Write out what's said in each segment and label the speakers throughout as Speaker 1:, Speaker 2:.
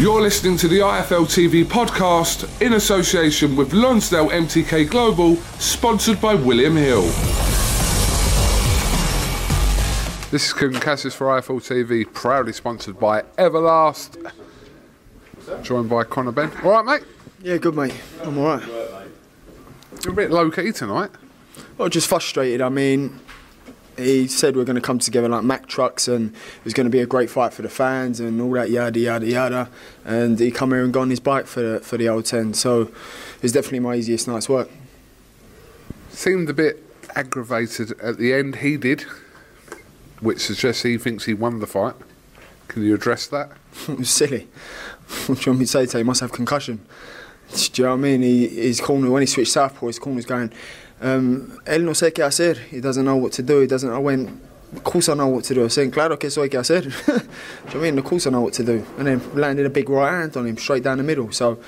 Speaker 1: You're listening to the IFL TV podcast in association with Lonsdale MTK Global, sponsored by William Hill. This is Coogan Cassis for IFL TV, proudly sponsored by Everlast. Joined by Connor Ben. All right, mate.
Speaker 2: Yeah, good mate. I'm all right.
Speaker 1: You're a bit low key tonight.
Speaker 2: Well, just frustrated. I mean, he said we're going to come together like Mack trucks, and it was going to be a great fight for the fans and all that yada yada yada. And he come here and gone his bike for the, for the old ten. So it was definitely my easiest night's work.
Speaker 1: Seemed a bit aggravated at the end. He did, which suggests he thinks he won the fight. Can you address that?
Speaker 2: It was silly. What do you want me to say to you? He must have concussion. Do you know what I mean? He, his corner, when he switched southpaw, his corner's going, um, él no sé qué hacer. He doesn't know what to do. He doesn't know when. Of course I know what to do. I said, claro que soy que hacer. do you know what I mean? Of course I know what to do. And then landed a big right hand on him straight down the middle. So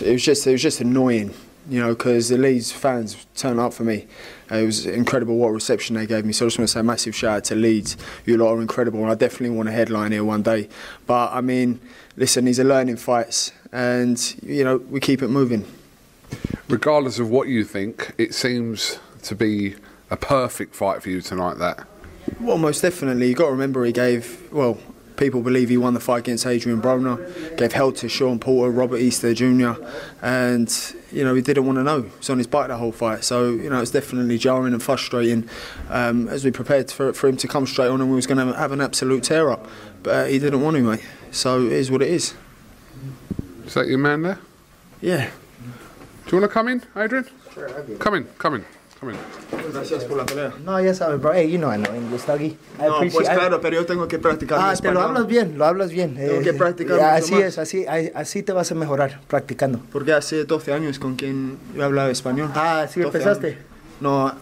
Speaker 2: it was just, it was just annoying, you know, because the Leeds fans turned up for me. It was incredible what reception they gave me. So I just want to say a massive shout out to Leeds. You lot are incredible, and I definitely want a headline here one day. But I mean, listen, these are learning fights, and you know we keep it moving.
Speaker 1: regardless of what you think, it seems to be a perfect fight for you tonight. That
Speaker 2: Well, most definitely. You've got to remember he gave, well, people believe he won the fight against Adrian Broner, gave hell to Sean Porter, Robert Easter Jr., and, you know, he didn't want to know. He was on his bike the whole fight. So, you know, it's definitely jarring and frustrating um, as we prepared for, for him to come straight on and we was going to have an absolute tear up. But uh, he didn't want to, mate. So it is what it is.
Speaker 1: is that your man there?
Speaker 2: Yeah.
Speaker 1: Do you want to come in, Adrian? Come in, come in, come in.
Speaker 3: No, ya sabes, bro. Ey, you know I know English, doggy. I
Speaker 2: pues
Speaker 3: appreciate- I-
Speaker 2: pero yo tengo que practicar
Speaker 3: Ah, te lo hablas bien, lo hablas bien. Eh,
Speaker 2: Tengo que practicar
Speaker 3: ya,
Speaker 2: mucho
Speaker 3: Así
Speaker 2: más.
Speaker 3: es, así, ay- así te vas a mejorar practicando.
Speaker 2: Porque hace 12 años con quien yo hablaba español.
Speaker 3: Ah, sí,
Speaker 2: 12
Speaker 3: empezaste.
Speaker 2: años. No,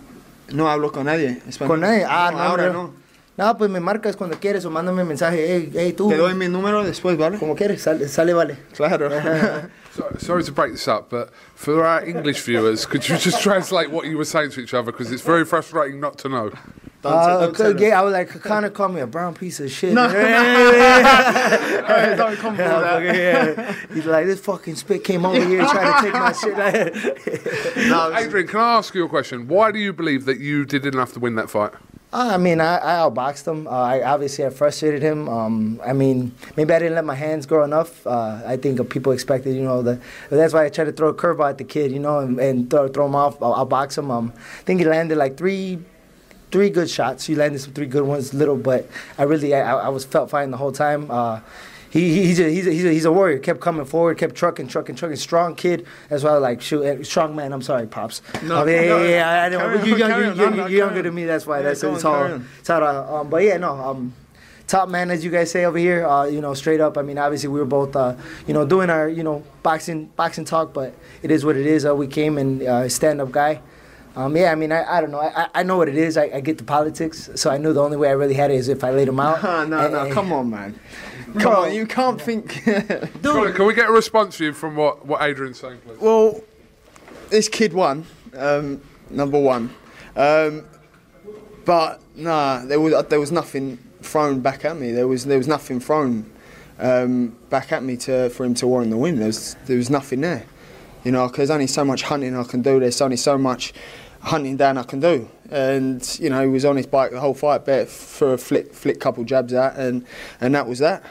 Speaker 2: no hablo con nadie. español.
Speaker 3: Con nadie. Ah,
Speaker 2: No,
Speaker 3: no,
Speaker 2: ahora
Speaker 3: bro.
Speaker 2: no.
Speaker 3: No, pues me marcas cuando quieres o mándame un mensaje. Ey, ey, tú.
Speaker 2: Te doy mi número después, ¿vale?
Speaker 3: Como quieres, sale, sale, vale.
Speaker 1: So,
Speaker 2: Claro.
Speaker 1: sorry to break this up, but for our English viewers, could you just translate what you were saying to each other? Because it's very frustrating not to know.
Speaker 3: Ah,
Speaker 2: Don't tell- don't tell
Speaker 3: yeah, I was like, Connor called me a brown piece of shit.
Speaker 2: No. Hey, don't come for
Speaker 3: Yeah,
Speaker 2: that.
Speaker 3: fucking, yeah. He's like, this fucking spit came over here trying to take my shit.
Speaker 1: Adrian, can I ask you a question? Why do you believe that you did enough to win that fight?
Speaker 3: Uh, I mean, I, I outboxed him. Uh, I obviously I frustrated him. Um, I mean, maybe I didn't let my hands grow enough. Uh, I think people expected, you know, the, that's why I tried to throw a curveball at the kid, you know, and, and throw, throw him off. I'll, I'll box him. Um, I think he landed like three, three good shots. He landed some three good ones, little, but I really I, I was felt fine the whole time. Uh, he, he- he's, a, he's, a, he's, a, he's a warrior. Kept coming forward, kept trucking, trucking, trucking. Strong kid. That's why I like shoot. eh, Strong man. I'm sorry, pops.
Speaker 2: No,
Speaker 3: Oh, yeah,
Speaker 2: no,
Speaker 3: yeah, yeah. I,
Speaker 2: carry
Speaker 3: know
Speaker 2: on,
Speaker 3: you're, young,
Speaker 2: carry
Speaker 3: you're,
Speaker 2: on, no, no,
Speaker 3: you're, you're younger
Speaker 2: carry
Speaker 3: than
Speaker 2: on.
Speaker 3: me. That's why.
Speaker 2: Yeah,
Speaker 3: that's
Speaker 2: go
Speaker 3: it's
Speaker 2: on,
Speaker 3: all.
Speaker 2: carry on.
Speaker 3: It's all. Um, but yeah, no. Um, top man, as you guys say over here. Uh, you know, straight up. I mean, obviously we were both, uh, you know, doing our, you know, boxing boxing talk, but it is what it is. Uh, we came and uh, stand up guy. Um, yeah, I mean, I, I don't know. I, I- I know what it is. I, I get the politics, so I knew the only way I really had it is if I laid him out.
Speaker 2: No, no,
Speaker 3: And-
Speaker 2: no,
Speaker 3: and-
Speaker 2: come on, man. Come
Speaker 3: Bro.
Speaker 2: on, you can't think.
Speaker 1: Can, can we get a response from you from what, what Adrian's saying, please?
Speaker 2: well, this kid won, um, number one. Um, but nah, there was there was nothing thrown back at me. There was there was nothing thrown um, back at me to for him to warrant the win. There was there was nothing there. You know, 'cause there's only so much hunting I can do. There's only so much hunting down I can do. And you know, he was on his bike the whole fight, but for a flick flick couple jabs at, and and that was that.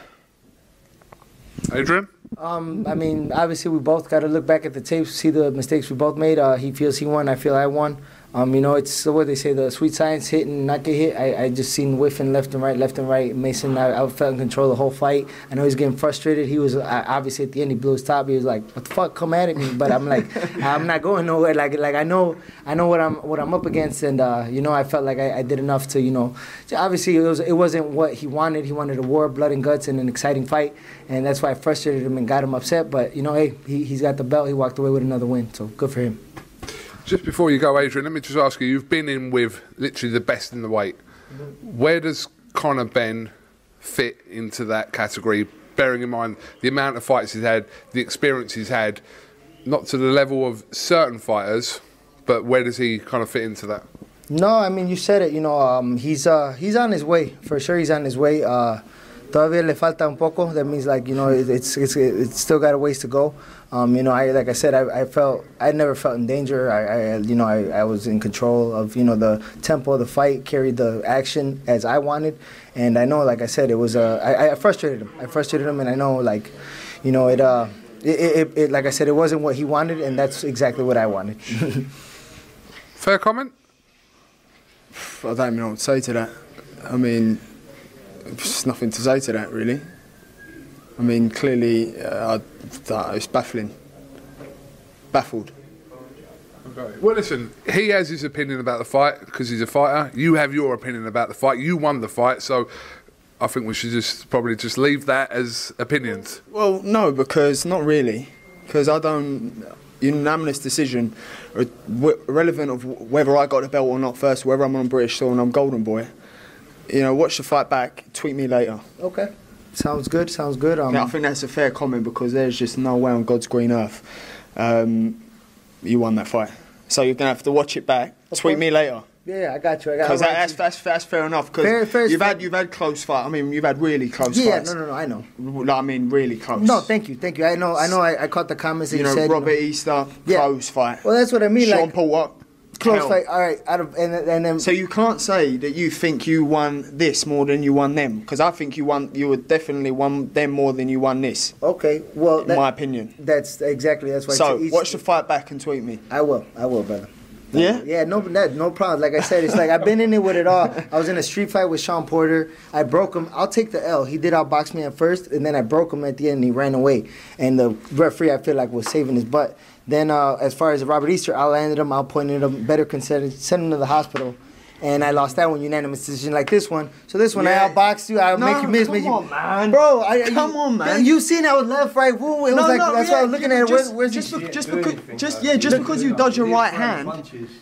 Speaker 1: Adrian?
Speaker 3: Um, I mean, obviously, we both got to look back at the tapes, see the mistakes we both made. Uh, he feels he won. I feel I won. Um, you know, it's what they say: the sweet science hit and not get hit. I, I just seen whiffing left and right, left and right. Mason, I, I felt in control the whole fight. I know he's getting frustrated. He was uh, obviously at the end, he blew his top. He was like, "What the fuck, come at me!" But I'm like, I'm not going nowhere. Like, like I know, I know what I'm what I'm up against, and uh, you know, I felt like I, I did enough to, you know, obviously it was it wasn't what he wanted. He wanted a war, blood and guts, and an exciting fight, and that's why I frustrated him and got him upset. But you know, hey, he, he's got the belt. He walked away with another win, so good for him.
Speaker 1: Just before you go, Adrian, let me just ask you: You've been in with literally the best in the weight. Where does Conor Ben fit into that category? Bearing in mind the amount of fights he's had, the experience he's had, not to the level of certain fighters, but where does he kind of fit into that?
Speaker 3: No, I mean you said it. You know, um, he's uh, he's on his way for sure. He's on his way. Uh, todavía le falta un poco. That means like you know it, it's it's it's still got a ways to go. Um, you know, I like I said, I, I felt I never felt in danger. I, I you know I, I was in control of you know the tempo of the fight, carried the action as I wanted, and I know like I said, it was uh, I, I frustrated him. I frustrated him, and I know like, you know it uh. It, it, it, it, like I said, it wasn't what he wanted, and that's exactly what I wanted.
Speaker 1: Fair comment.
Speaker 2: I don't even know what to say to that. I mean, there's nothing to say to that, really. I mean, clearly, uh, I, uh, it's baffling. Baffled.
Speaker 1: Well, listen, he has his opinion about the fight because he's a fighter. You have your opinion about the fight. You won the fight, so I think we should just probably just leave that as opinions.
Speaker 2: Well, no, because not really. Because I don't. Unanimous decision, uh, w- relevant of wh- whether I got the belt or not first, whether I'm on British soil and I'm Golden Boy. You know, watch the fight back, tweet me later.
Speaker 3: okay, sounds good. Sounds good. Um,
Speaker 2: Yeah, I think that's a fair comment because there's just no way on God's green earth um, you won that fight. So you're gonna have to watch it back. Tweet me later
Speaker 3: Yeah, I got you. I got
Speaker 2: because
Speaker 3: I got
Speaker 2: that's,
Speaker 3: you.
Speaker 2: that's that's fair enough. Because
Speaker 3: Fair- fair is
Speaker 2: you've
Speaker 3: fair.
Speaker 2: had you've had close fight. I mean, you've had really close
Speaker 3: Yeah,
Speaker 2: fights.
Speaker 3: no, no, no. I know.
Speaker 2: no. I mean, really close.
Speaker 3: No, thank you, thank you. I know, I know. I, I caught the comments that
Speaker 2: you
Speaker 3: you,
Speaker 2: know,
Speaker 3: said. you know.
Speaker 2: Robert Easter,
Speaker 3: Yeah.
Speaker 2: close fight.
Speaker 3: Well, that's what I mean,
Speaker 2: Sean
Speaker 3: like-
Speaker 2: Paul, what?
Speaker 3: close
Speaker 2: Hell.
Speaker 3: fight. All right, out of and then- and then.
Speaker 2: So you can't say that you think you won this more than you won them because I think you won. You would definitely won them more than you won this.
Speaker 3: okay, well,
Speaker 2: In my opinion.
Speaker 3: that's exactly that's why. it's
Speaker 2: So
Speaker 3: each-
Speaker 2: watch the fight back and tweet me.
Speaker 3: I will, I will, brother.
Speaker 2: Yeah?
Speaker 3: Yeah, no, that, no problem. Like I said, it's like I've been in it with it all. I was in a street fight with Sean Porter. I broke him. I'll take the L. He did outbox me at first, and then I broke him at the end. and He ran away, and the referee I feel like was saving his butt. Then uh, as far as Robert Easter, I landed him, outpointed him, better considered, sent him to the hospital. And I lost that one unanimous decision, like this one. So this one,
Speaker 2: Yeah.
Speaker 3: I outboxed you. I'll
Speaker 2: No,
Speaker 3: make you miss.
Speaker 2: come
Speaker 3: make you-
Speaker 2: on, man.
Speaker 3: Bro, I,
Speaker 2: Come
Speaker 3: you-
Speaker 2: on, man.
Speaker 3: You seen I was left, right, woo. It was like that's why I was looking at it. Where's, where's
Speaker 2: just,
Speaker 3: he?
Speaker 2: be, just because, just yeah, just because you dodge your right hand,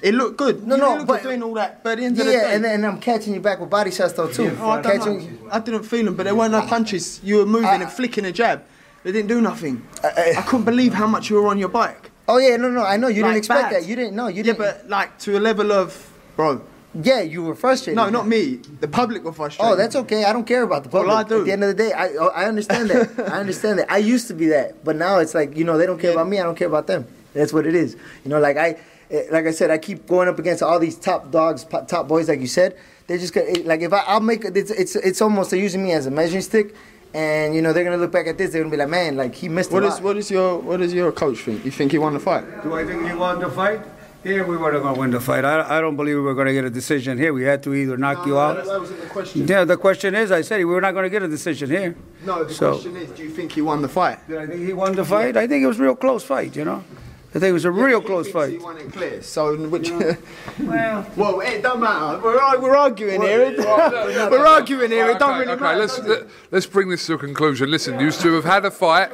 Speaker 2: it looked good.
Speaker 3: No,
Speaker 2: You
Speaker 3: no,
Speaker 2: look
Speaker 3: but-
Speaker 2: good doing all that. But at the end of the
Speaker 3: Yeah,
Speaker 2: day,
Speaker 3: and, and I'm catching you back with body shots though too.
Speaker 2: Oh, I, don't
Speaker 3: catching,
Speaker 2: know. I didn't feel them, but there weren't no punches. You were moving and flicking a jab. They didn't do nothing. I, couldn't believe how much you were on your bike.
Speaker 3: Oh yeah, no, no, I know you
Speaker 2: Like,
Speaker 3: didn't expect
Speaker 2: bad.
Speaker 3: that. You didn't know. You
Speaker 2: Yeah,
Speaker 3: didn't.
Speaker 2: but like to a level of, bro.
Speaker 3: yeah, you were frustrated.
Speaker 2: No, not me. The public were frustrated.
Speaker 3: Oh, that's okay. I don't care about the public.
Speaker 2: Well, I do.
Speaker 3: At the end of the day, I oh, I understand that. I understand that. I used to be that, but now it's like you know they don't care about me. I don't care about them. That's what it is. You know, like I, eh, like I said, I keep going up against all these top dogs, po- top boys, like you said. They're just gonna, eh, like if I, I'll make it's it's it's almost they're using me as a measuring stick, and you know they're gonna look back at this. They're gonna be like, man, like he missed
Speaker 2: What
Speaker 3: a
Speaker 2: is
Speaker 3: lot.
Speaker 2: what is your what is your coach think? You think he won the fight?
Speaker 4: Do I think we won the fight? Here we were going to win the fight. I, I don't believe we were going to get a decision here. We had to either knock you out.
Speaker 2: wasn't the question.
Speaker 4: Yeah, the question is, I said we were not going to get a decision here.
Speaker 2: No, the
Speaker 4: So-
Speaker 2: question is, do you think he won the fight?
Speaker 4: Did I think he won the fight? I think it was a real close fight, you know.
Speaker 5: I think it was a real close
Speaker 2: He
Speaker 5: fight.
Speaker 2: won it clear. So, in which,
Speaker 5: Well,
Speaker 2: well, it don't matter. We're, ar- we're arguing here. It- we're arguing here. It don't
Speaker 1: okay,
Speaker 2: really
Speaker 1: okay,
Speaker 2: matter.
Speaker 1: let's
Speaker 2: does it?
Speaker 1: let, let's bring this to a conclusion. Listen, you two have had a fight.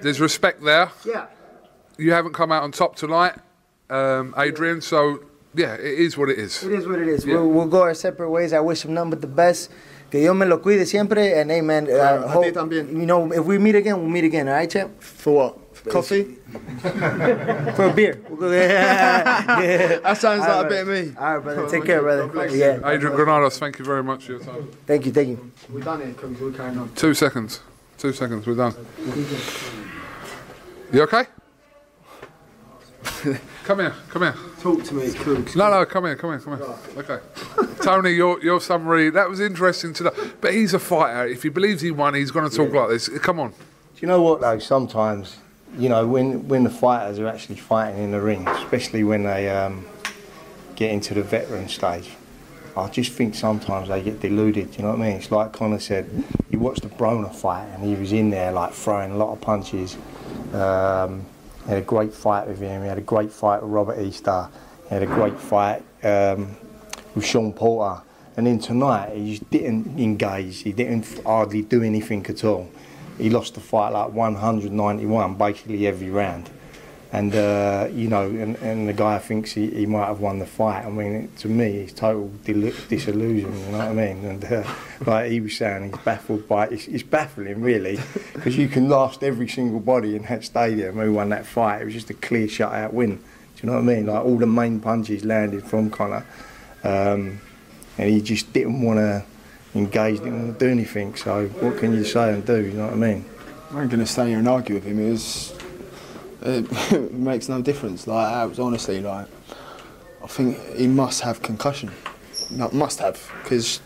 Speaker 1: There's respect there.
Speaker 2: yeah.
Speaker 1: You haven't come out on top tonight, um, Adrian. So yeah, it is what it is.
Speaker 6: It is what it is. We'll, we'll go our separate ways. I wish him none but the best. Que Dios me lo cuide siempre. And amen.
Speaker 2: Claro,
Speaker 6: I
Speaker 2: a
Speaker 6: hope,
Speaker 2: ti también.
Speaker 6: You know, if we meet again, we'll meet again. All right, champ?
Speaker 2: For what? Coffee?
Speaker 6: For a beer. We'll go, yeah.
Speaker 2: That sounds
Speaker 6: All
Speaker 2: like
Speaker 6: right,
Speaker 2: a bit of me.
Speaker 6: All right, brother. Take
Speaker 2: Cool, thank
Speaker 6: care,
Speaker 2: you.
Speaker 6: brother.
Speaker 2: God bless you.
Speaker 6: Yeah.
Speaker 1: Adrian Granados, thank you very much for your time.
Speaker 6: Thank you. Thank you.
Speaker 2: We're done here. Cause we're carrying on.
Speaker 1: Two seconds. Two seconds. We're done. You okay? come here. Come here.
Speaker 2: Talk to me, Krug.
Speaker 1: No, no. Come here. Come here. Come here. Okay. Tony, your your summary. That was interesting to know. But he's a fighter. If he believes he won, he's going to talk like this. Come on.
Speaker 3: Do you know what though? Sometimes, you know, when when the fighters are actually fighting in the ring, especially when they um, get into the veteran stage, I just think sometimes they get deluded. You know what I mean? It's like Connor said. You watch the Broner fight, and he was in there like throwing a lot of punches. Um, he had a great fight with him. He had a great fight with Robert Easter. He had a great fight um, with Sean Porter. And then tonight, he just didn't engage. He didn't hardly do anything at all. He lost the fight like 191, basically every round. And, uh, you know, and, and the guy thinks he, he might have won the fight. I mean, it, to me, it's total delu- disillusion, you know what I mean? And uh, like he was saying, he's baffled by it. It's, it's baffling, really, because you can last every single body in that stadium who won that fight. It was just a clear shutout win. Do you know what I mean? Like, all the main punches landed from Connor. Um, and he just didn't want to engage, didn't want to do anything. So what can you say and do? You know what I mean?
Speaker 2: I ain't gonna stay here and argue with him. It was, it makes no difference. Like I was honestly like, I think he must have concussion. No, must have because,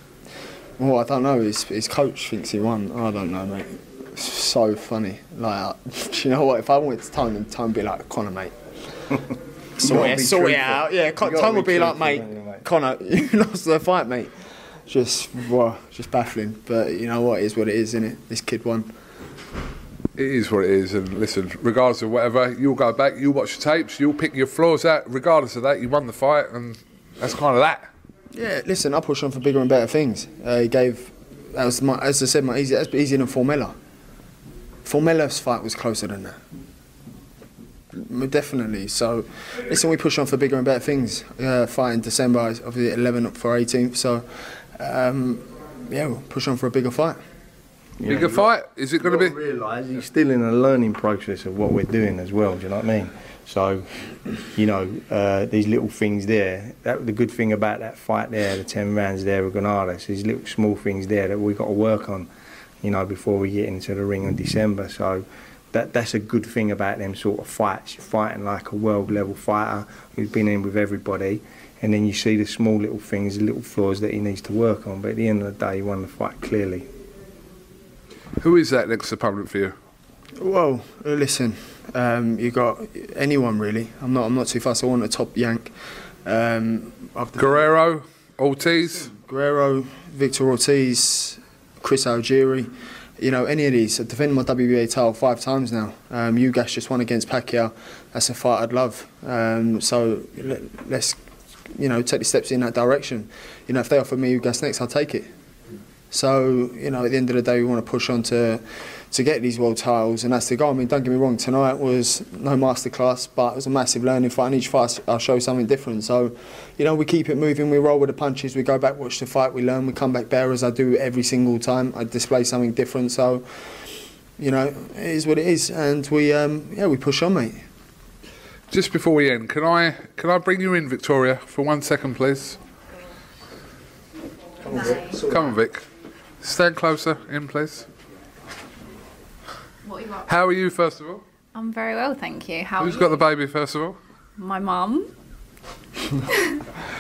Speaker 2: well, I don't know. His his coach thinks he won. I don't know, mate. It's so funny. Like, do you know what? If I wanted to tone him, tone would be like Connor, mate. sort
Speaker 3: gotta
Speaker 2: it,
Speaker 3: be
Speaker 2: sort it
Speaker 3: truthful.
Speaker 2: out. Yeah, Con-
Speaker 3: You gotta
Speaker 2: Tom
Speaker 3: be
Speaker 2: would be like,
Speaker 3: truthful,
Speaker 2: mate,
Speaker 3: don't you, mate?
Speaker 2: Connor, you lost the fight, mate. Just, well, just baffling. But you know what? It is what it is, isn't it? This kid won.
Speaker 1: It is what it is, and listen, regardless of whatever, you'll go back, you'll watch the tapes, you'll pick your flaws out. Regardless of that, you won the fight, and that's kind of that.
Speaker 2: Yeah, listen, I push on for bigger and better things. Uh, he gave, that was my, as I said, my easy, that's easier than Formella. Formella's fight was closer than that. M- Definitely. So, listen, we push on for bigger and better things. Uh, fight in December is obviously 11 up for 18th. So, um, yeah, we'll push on for a bigger fight.
Speaker 1: Bigger fight? Is it going to be?
Speaker 3: realise he's still in a learning process of what we're doing as well. Do you know what I mean? So, you know, uh, these little things there. That the good thing about that fight there, the ten rounds there with Granada, these little small things there that we got to work on. You know, before we get into the ring in December. So. That, that's a good thing about them sort of fights. You're fighting like a world level fighter who's been in with everybody, and then you see the small little things, the little flaws that he needs to work on. But at the end of the day, he won the fight clearly.
Speaker 1: Who is that next opponent for you?
Speaker 2: Well, uh, listen, um, you got anyone really. I'm not, I'm not too fast. I want a top yank. Um, I've
Speaker 1: Guerrero, Ortiz.
Speaker 2: Guerrero, Victor Ortiz, Chris Algieri, you know, any of these. I defend my WBA title five times now. Um, Ugas just won against Pacquiao. That's a fight I'd love. Um, so let, let's, you know, take the steps in that direction. You know, if they offer me Ugas next, I'll take it. So, you know, at the end of the day, we want to push on to, to get these world titles, and that's the goal. I mean, don't get me wrong, tonight was no masterclass, but it was a massive learning fight, and each fight I'll show something different. So, you know, we keep it moving, we roll with the punches, we go back, watch the fight, we learn, we come back better as I do every single time. I display something different, so, you know, it is what it is, and we, um, yeah, we push on, mate.
Speaker 1: Just before we end, can I can I bring you in, Victoria, for one second, please? Come on, Vic. Stand closer, in, please.
Speaker 7: What you got?
Speaker 1: How are you, first of all?
Speaker 7: I'm very well, thank you. How?
Speaker 1: Who's
Speaker 7: are
Speaker 1: got the
Speaker 7: you?
Speaker 1: baby, first of all?
Speaker 7: My mum.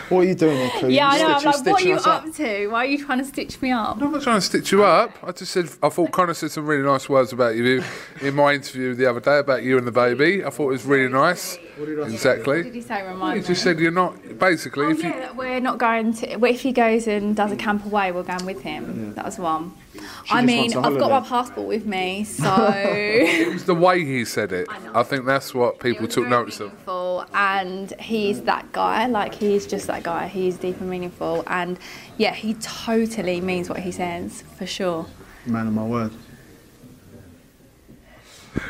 Speaker 2: What are you doing there, Clue?
Speaker 7: Yeah, I know. I'm
Speaker 2: You're
Speaker 7: like, what are
Speaker 2: stitching
Speaker 7: you
Speaker 2: us
Speaker 7: up to? Why are you trying to stitch me up?
Speaker 1: I'm not trying to stitch you up. I just said I thought Connor said some really nice words about you in my interview the other day about you and the baby. I thought it was really nice.
Speaker 7: What did
Speaker 1: Exactly.
Speaker 7: he say? Remind
Speaker 1: You
Speaker 7: me.
Speaker 1: just said you're not basically
Speaker 7: Oh,
Speaker 1: if you
Speaker 7: yeah, that we're not going to. well, If he goes and does a camp away, we're going with him. That was one.
Speaker 2: She
Speaker 8: I
Speaker 2: just
Speaker 8: mean,
Speaker 2: wants a
Speaker 8: I've got my
Speaker 2: holiday.
Speaker 8: passport with me, so.
Speaker 1: it was the way he said it. I, think that's what people took notice of.
Speaker 8: meaningful and he's that guy like he's just that guy he's deep and meaningful and yeah he totally means what he says for sure
Speaker 2: Man of my word.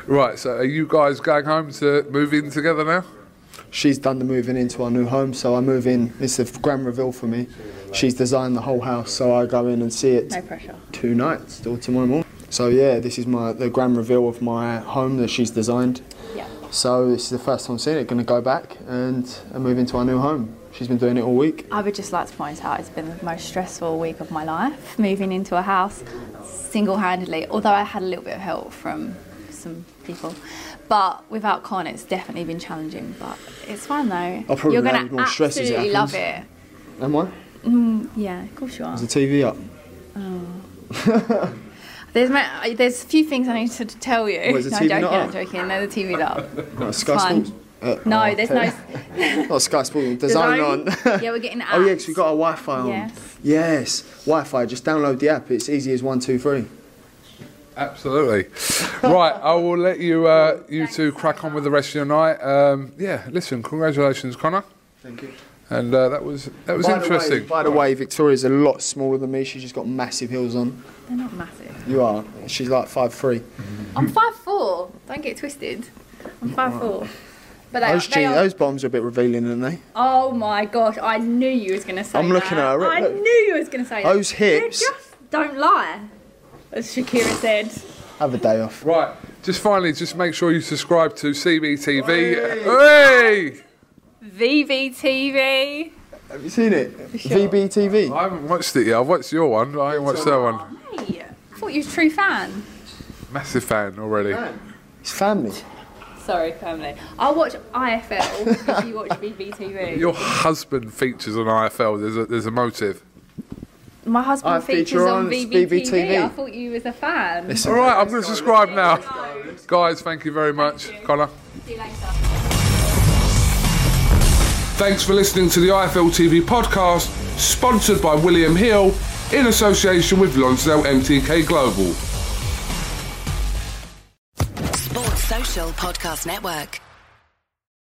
Speaker 1: Right, so are you guys going home to move in together now?
Speaker 2: She's done the moving into our new home, so I move in. It's a grand reveal for me. She's designed the whole house, so I go in and see it.
Speaker 8: No pressure.
Speaker 2: Two nights till tomorrow morning. So yeah, this is my the grand reveal of my home that she's designed.
Speaker 8: Yeah.
Speaker 2: So this is the first time seeing it. Going to go back and, and move into our new home. She's been doing it all week.
Speaker 8: i would just like to point out it's been the most stressful week of my life moving into a house single-handedly although i had a little bit of help from some people but without con it's definitely been challenging but it's fun though
Speaker 2: I'll probably
Speaker 8: you're gonna
Speaker 2: manage more stress as it
Speaker 8: absolutely love it
Speaker 2: happens. Am I?
Speaker 8: mm, yeah of course you are
Speaker 2: Is the TV up?
Speaker 8: Oh. there's my, there's a few things I need to tell you.
Speaker 2: What, is the
Speaker 8: no,
Speaker 2: TV
Speaker 8: I'm joking.
Speaker 2: not
Speaker 8: I'm
Speaker 2: up?
Speaker 8: joking. No, the TV's up.
Speaker 2: No,
Speaker 8: It's
Speaker 2: Sky
Speaker 8: fun.
Speaker 2: Sports. Uh,
Speaker 8: No,
Speaker 2: oh,
Speaker 8: there's
Speaker 2: okay.
Speaker 8: no
Speaker 2: Not Sky Sports. Design on.
Speaker 8: yeah, we're getting apps.
Speaker 2: Oh yeah, 'cause we got our Wi-Fi on.
Speaker 8: Yes.
Speaker 2: Yes, Wi-Fi. Just download the app. It's easy as one, two, three.
Speaker 1: Absolutely. right, I will let you uh, you two crack on with the rest of your night. Um, yeah, listen, congratulations, Connor.
Speaker 2: Thank you.
Speaker 1: And uh, that was that was
Speaker 2: By the way-
Speaker 1: interesting.
Speaker 2: by the way, Victoria's a lot smaller than me. She's just got massive heels on.
Speaker 8: They're not massive.
Speaker 2: You are. She's like five three.
Speaker 8: I'm five four. Don't get twisted. I'm five four. But they,
Speaker 2: Those,
Speaker 8: they
Speaker 2: jeans,
Speaker 8: are-
Speaker 2: those bombs are a bit revealing, aren't they?
Speaker 8: Oh my gosh! I knew you was gonna say.
Speaker 2: I'm looking
Speaker 8: that.
Speaker 2: at her,
Speaker 8: I
Speaker 2: look.
Speaker 8: knew you was gonna say that.
Speaker 2: Those hips.
Speaker 8: They just don't lie, as Shakira said.
Speaker 2: Have a day off.
Speaker 1: Right, just finally, just make sure you subscribe to CBTV. Hey!
Speaker 8: VVTV.
Speaker 2: Have you seen it?
Speaker 8: sure.
Speaker 2: VBTV.
Speaker 1: I haven't watched it yet. I've watched your one. I ain't watched that one.
Speaker 8: Hey, I thought you was a true fan.
Speaker 1: Massive fan already.
Speaker 2: It's family.
Speaker 8: Sorry, family. I'll watch IFL if you watch BBTV.
Speaker 1: Your husband features on IFL. There's a there's a motive.
Speaker 8: My husband
Speaker 1: I feature
Speaker 8: features on
Speaker 1: on
Speaker 8: BBTV.
Speaker 1: BBTV.
Speaker 8: I thought you was a fan.
Speaker 1: All right, I'm going to subscribe now, guys. Thank you very much, Connor.
Speaker 8: See you later.
Speaker 1: Thanks for listening to the IFL TV podcast, sponsored by William Hill in association with Lonsdale MTK Global.
Speaker 7: Sports Social Podcast Network.